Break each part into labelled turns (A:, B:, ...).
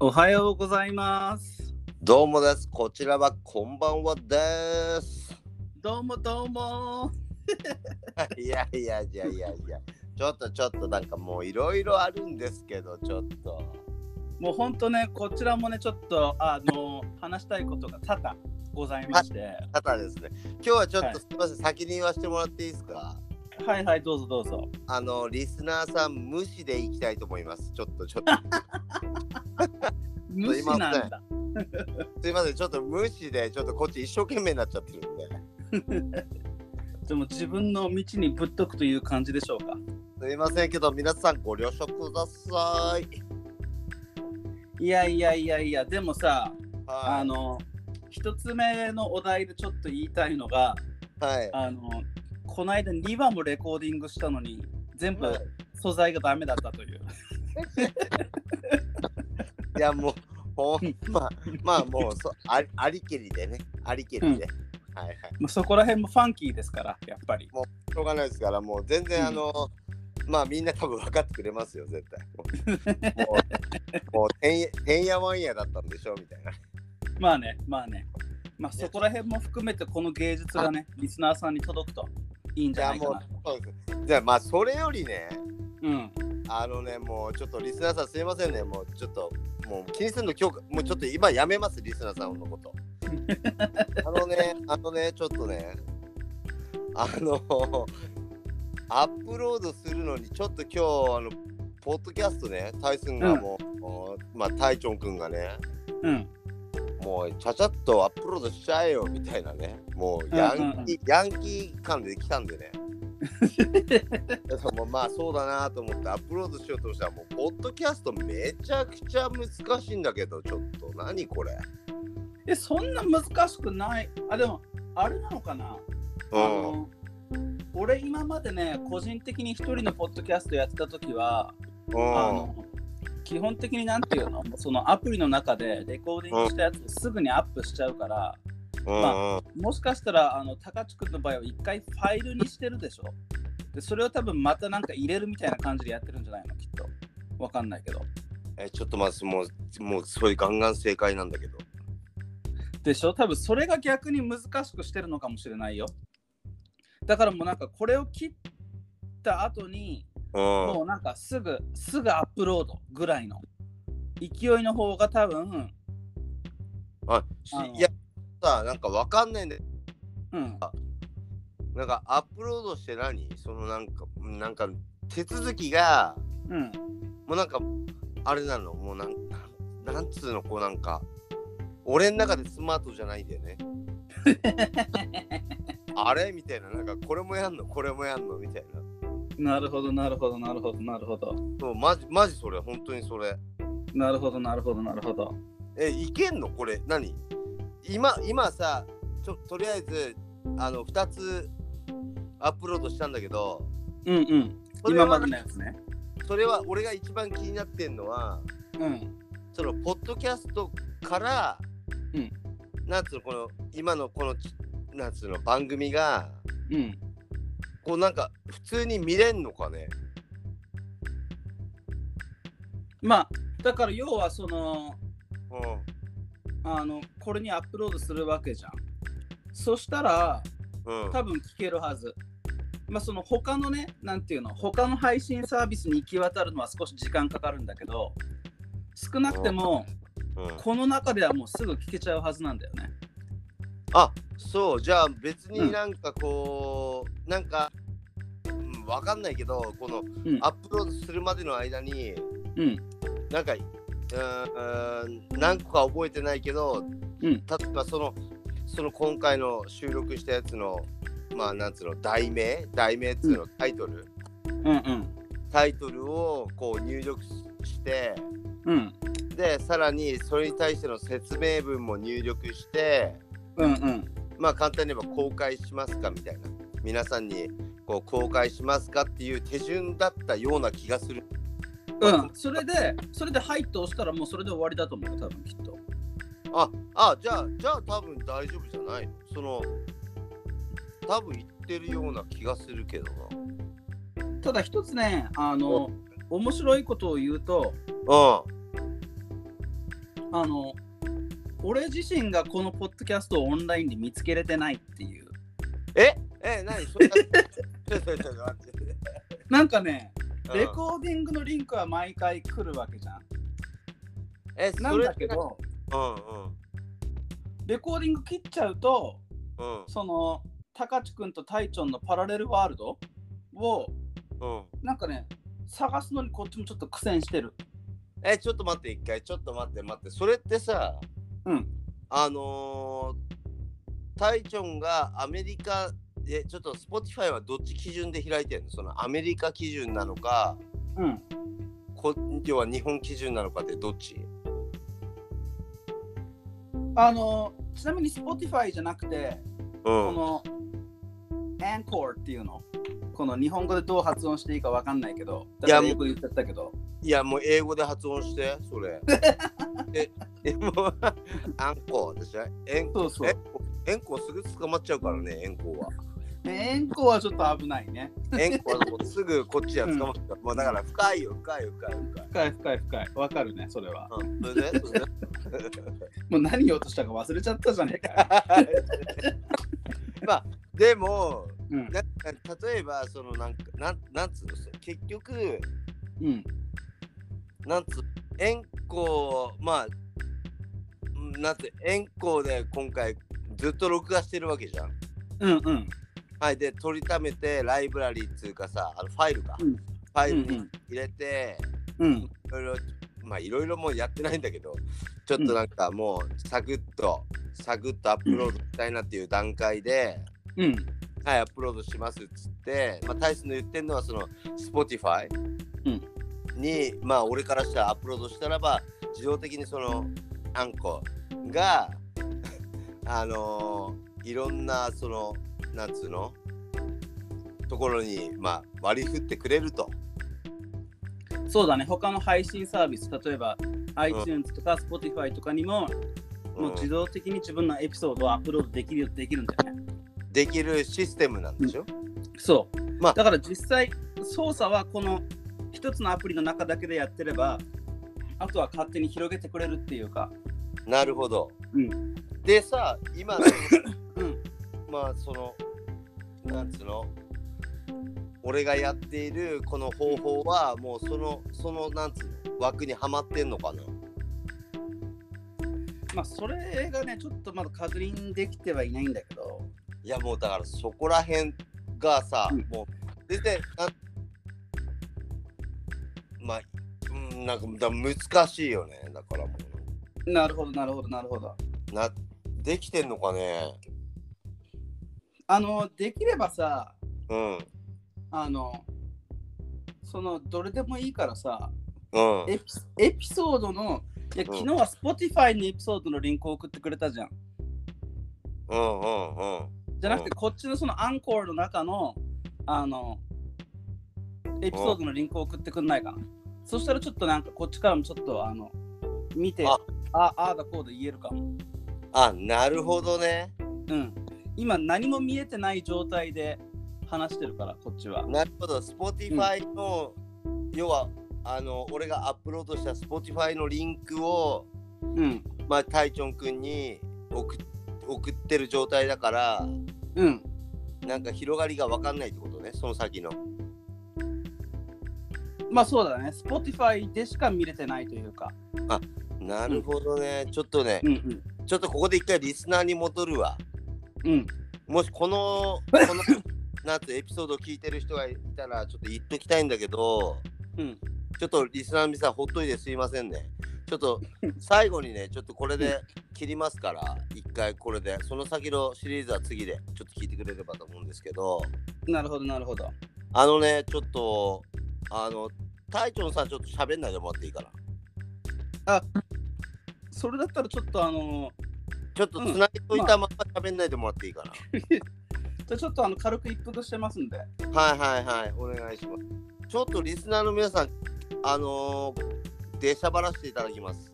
A: おはようございます。
B: どうもです。こちらはこんばんはです。
A: どうもどうも。
B: いやいやいやいやいや。ちょっとちょっとなんかもういろいろあるんですけど、ちょっと。
A: もうほんとね、こちらもね、ちょっとあの話したいことが多々ございまして。
B: ただですね、今日はちょっ
A: はい
B: とすみません、先に言わせてもらっていいですか
A: はいはい、どうぞどうぞ。
B: あの、リスナーさん無視でいきたいと思います。ちょっとちょっと。
A: 無視なんだ。
B: すみません、ちょっと無視で、ちょっとこっち一生懸命になっちゃってるんで。
A: でも自分の道にぶっとくという感じでしょうか。
B: すみませんけど、皆さんご了承ください。
A: いやいやいやいや、でもさ、
B: はい。
A: あの、一つ目のお題でちょっと言いたいのが、
B: はい。
A: あの、この間2話もレコーディングしたのに、全部
B: はい
A: 素材がダメだったという。
B: いやもう、ほんま、まあもうそあり、ありきりでね、ありきりで。はいはい。
A: もうそこら辺もファンキーですから、やっぱり。
B: しょうがないですから、もう全
A: う
B: 然
A: ん
B: あの、まあみんな多分分かってくれますよ、絶対。もう、もうてんやてんやわんやだったんでしょ、みたいな。
A: まあね、まあね。まあそこら辺も含めてこの芸術がね、リスナーさんに届くといいんじ
B: じ
A: ゃ
B: ゃあ
A: ないか
B: もう
A: な。、
B: そうです。じゃあまあそれよりね、
A: うん。
B: あのね、もうちょっとリスナーさんすいませんね、もうちょっと、もう気にするの今日、もうちょっと今やめます、リスナーさんのこと。あのね、あのね、ちょっとね、あの、アップロードするのに、ちょっと今日、あの、ポッドキャストね、タイスンがもう、まあ、タイチョン君がね、
A: うん。
B: もうちゃちゃっとアップロードしちゃえよみたいなね、もうヤンキー、
A: うんうんう
B: ヤ
A: ん
B: ンキー感で来たん でね。だからもうまあそうだなと思ってアップロードしようとしたら、もうポッドキャストめちゃくちゃ難しいんだけど、ちょっと何これ。
A: え、そんな難しくない。あ、でも、あれなのかな、
B: う
A: あ
B: ん。
A: の俺今までね、個人的に一人のポッドキャストやってた時は、
B: う
A: あ
B: ん。
A: の基本的になんていうのそのアプリの中でレコーディングしたやつをすぐにアップしちゃうから、
B: うん。
A: もしかしたら、あの、高知くんの場合は一回ファイルにしてるでしょで、それを多分またなんか入れるみたいな感じでやってるんじゃないのきっと。わかんないけど。
B: え、ちょっとまずもう、もうすごいガンガン正解なんだけど。
A: でしょ多分それが逆に難しくしてるのかもしれないよ。だからもうなんかこれを切った後に、
B: うん。
A: もうなんかすぐ、すぐアップロードぐらいの勢いの方が多分、
B: あし
A: あの
B: いや、さ、なんかわかんないんで、
A: うん。
B: なんかアップロードして何そのなんか、なんか手続きが、
A: うん。
B: もうなんかあれなのもうなんなんなんつうのこうなんか俺の中でスマートじゃないんだよ ねあれみたいななんかこれもやんのこれもやんのみたいな
A: なるほど、なるほど、なるほど、なるほど。
B: そうマジマジそれ本当にそれ
A: なるほど、なるほど、なるほど。
B: えいけんのこれ何今今さちょとりあえずあの2つアップロードしたんだけど
A: うんうん。
B: それ
A: 今
B: は
A: までのやつね。
B: それは俺が一番気になってんのは
A: うん。
B: そのポッドキャストから、
A: うん
B: なんつうのこの今のこのちなんつうの番組が
A: うん。
B: こうなんか普通に見れんのかね
A: まあだから要はその
B: う
A: あのこれにアップロードするわけじゃんそしたら
B: んうん
A: 多分聞けるはずまあその他のねなんていうの他の配信サービスに行き渡るのは少し時間かかるんだけど少なくても
B: うん
A: この中ではもうすぐ聞けちゃうはずなんだよね
B: あそうじゃあ別
A: う
B: に
A: ん
B: なんかこう、なんか、うん、わかんないけどこの
A: うん
B: アップロードするまでの間に
A: うん
B: なんかうーん何個か覚えてないけど、
A: う
B: 例
A: ん
B: えばそのその今回の収録したやつのまあなんつうの題名題名っつうの、タイトル
A: うんうん
B: タイトルをこう入力して
A: うん
B: でさらにそれに対しての説明文も入力して
A: うんうん
B: まあ簡単に言えば公開しますかみたいな皆さんにこう公開しますかっていう手順だったような気がする
A: うんそれでそれで入って押したらもうそれで終わりだと思う多分きっと
B: ああじゃあじゃあ多分大丈夫じゃないのその多分言ってるような気がするけど
A: ただ一つねあの面白いことを言うと
B: な
A: あの俺自身がこのポッドキャストをオンラインで見つけれてないっていう
B: ええ、何そ れちょっとちょっと待って
A: なんかね
B: うん
A: レコーディングのリンクは毎回来るわけじゃん
B: え、
A: な
B: そ
A: ん
B: れ
A: だけ。ど
B: うん
A: レコーディング切っちゃうと
B: うん
A: そのたかちくんとたいちょんのパラレルワールドを
B: うんうん。
A: なんかね探すのにこっちもちょっと苦戦してる
B: え、ちょっと待って、一回、ちょっと待って、待って。それってさ、
A: うん。
B: あのー、タイチョンがアメリカ、え、ちょっと Spotify はどっち基準で開いてるのそのアメリカ基準なのか、
A: うん
B: こ要は日本基準なのかってどっち
A: あのちなみに Spotify じゃなくて
B: う
A: こ
B: ん。
A: の a n c h o r っていうのこの日本語でどう発音していいかわかんないけど
B: いや
A: だからよく言っちゃったけど
B: いや、もう英語で発音して、そ れ。え、えもう、アンコでしょエン
A: そうそう
B: えエンコすぐ捕まっちゃうからね、エンコは。
A: エンコはちょっと危ないね
B: 円弧はもうすぐこっちや捕まった。もうだから深いよ、深いよ、深いよ、深い。
A: 深い深い深いわかるねそれは
B: うん、それ で、それで。
A: もう何言おうとしたか忘れちゃったじゃねえかよ
B: まあ、でも、
A: うん
B: な例えば、そのなんか、なん、なんつうの、その結局、
A: うん
B: なんつう、円弧、まあ。うんなんて、円弧で今回ずっと録画してるわけじゃん。
A: うんうん
B: はい、で、取りためて、ライブラリーっていうかさ、あのファイルか。
A: うん
B: ファイル
A: う
B: に
A: ん
B: 入れて。
A: うん
B: いろいろまあいろいろもうやってないんだけどちょっとなんかもうサクッとサクッとアップロードしたいなっていう段階で、
A: うん
B: はいアップロードしますっつって、まあ、大使の言ってんのはその Spotify
A: うん
B: に、まあ俺からしたらアップロードしたらば自動的にそのあんこが あのーいろんなそのなんつうのところに、まあ、割り振ってくれると。
A: そうだね他の配信サービス例えば iTunes とか Spotify とかにももう自動的に自分のエピソードをアップロードできるよできるんだよね
B: うんできるシステムなんでしょ、
A: そう、
B: まあ
A: だから実際操作はこの一つのアプリの中だけでやってればあとは勝手に広げてくれるっていうか
B: なるほど。
A: うん
B: でさ、 今、
A: うん
B: まあその、なんつうの、俺がやっているこの方法は、もうその、その、なんつうの、枠にはまってんのかな。
A: まあそれがねちょっとまだ確認できてはいないんだけど
B: いや、もうだからそこら辺がさ、
A: うん
B: もう、全然、なんまあ、うん、なんかだ難しいよね。だからもう、
A: なるほどなるほどなるほど
B: な、できてんのかね。
A: あのできればさ
B: うん、
A: あのそのどれでもいいからさ
B: うん。
A: エピエピソードのいや
B: うん
A: 昨日は Spotify にエピソードのリンクを送ってくれたじゃん
B: うんうんうん。
A: じゃなくてこっちのそのアンコールの中のあのエピソードのリンクを送ってくんないかなそしたらちょっとなんかこっちからもちょっとあの見て
B: あ
A: あああだこうだ言えるかも
B: あ、なるほどね。
A: うん今何も見えてない状態で話してるからこっちは
B: なるほど、Spotify の、要はあの俺がアップロードした Spotify のリンクを、
A: うん
B: まあ、タイチョン君に送っ送ってる状態だから、
A: うん
B: なんか広がりが分かんないってことね、その先の。
A: まあそうだね Spotify でしか見れてないというか
B: なるほどね、ちょっとね
A: う、ん
B: ちょっとここで一回リスナーに戻るわ。
A: うんうん
B: もしこ の、このなんてエピソードを聞いてる人がいたら、ちょっと言っときたいんだけど、
A: うん
B: ちょっとリスナーの皆さん、ほっといてすいませんね。ちょっと最後にね、ちょっとこれで切りますから、一回これで、その先のシリーズは次でちょっと聞いてくれればと思うんですけど、
A: なるほどなるほど
B: あのね、ちょっと、あの、隊長さん、ちょっと喋んないでもらっていいかな。
A: それだったらちょっとあの
B: ちょっとつないといたまま喋んないでもらっていいかな。
A: じゃあちょっとあの軽く一服してますんで
B: はいはいはい、お願いします。ちょっとリスナーの皆さん、あのー、出しゃばらせていただきます。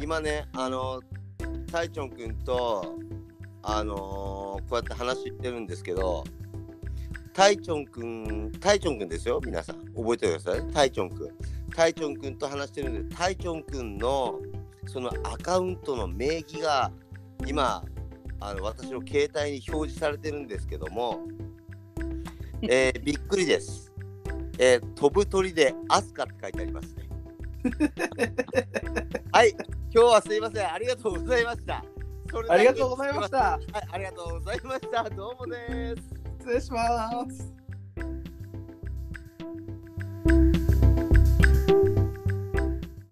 B: 今ね、あのー、タイチョン君と、あのーこうやって話してるんですけど、タイチョン君、タイチョン君ですよ、皆さん。覚えておいてくださいね。タイチョン君。タイチョン君と話してるんで、タイチョン君のそのアカウントの名義が今あの私の携帯に表示されてるんですけども、えーびっくりです、えー飛ぶ鳥でアスカって書いてありますねはい今日はすいませんありがとうございましたそれだ
A: あ
B: け
A: りがとうございました。
B: はい、ありがとうございましたどうもです
A: 失礼します。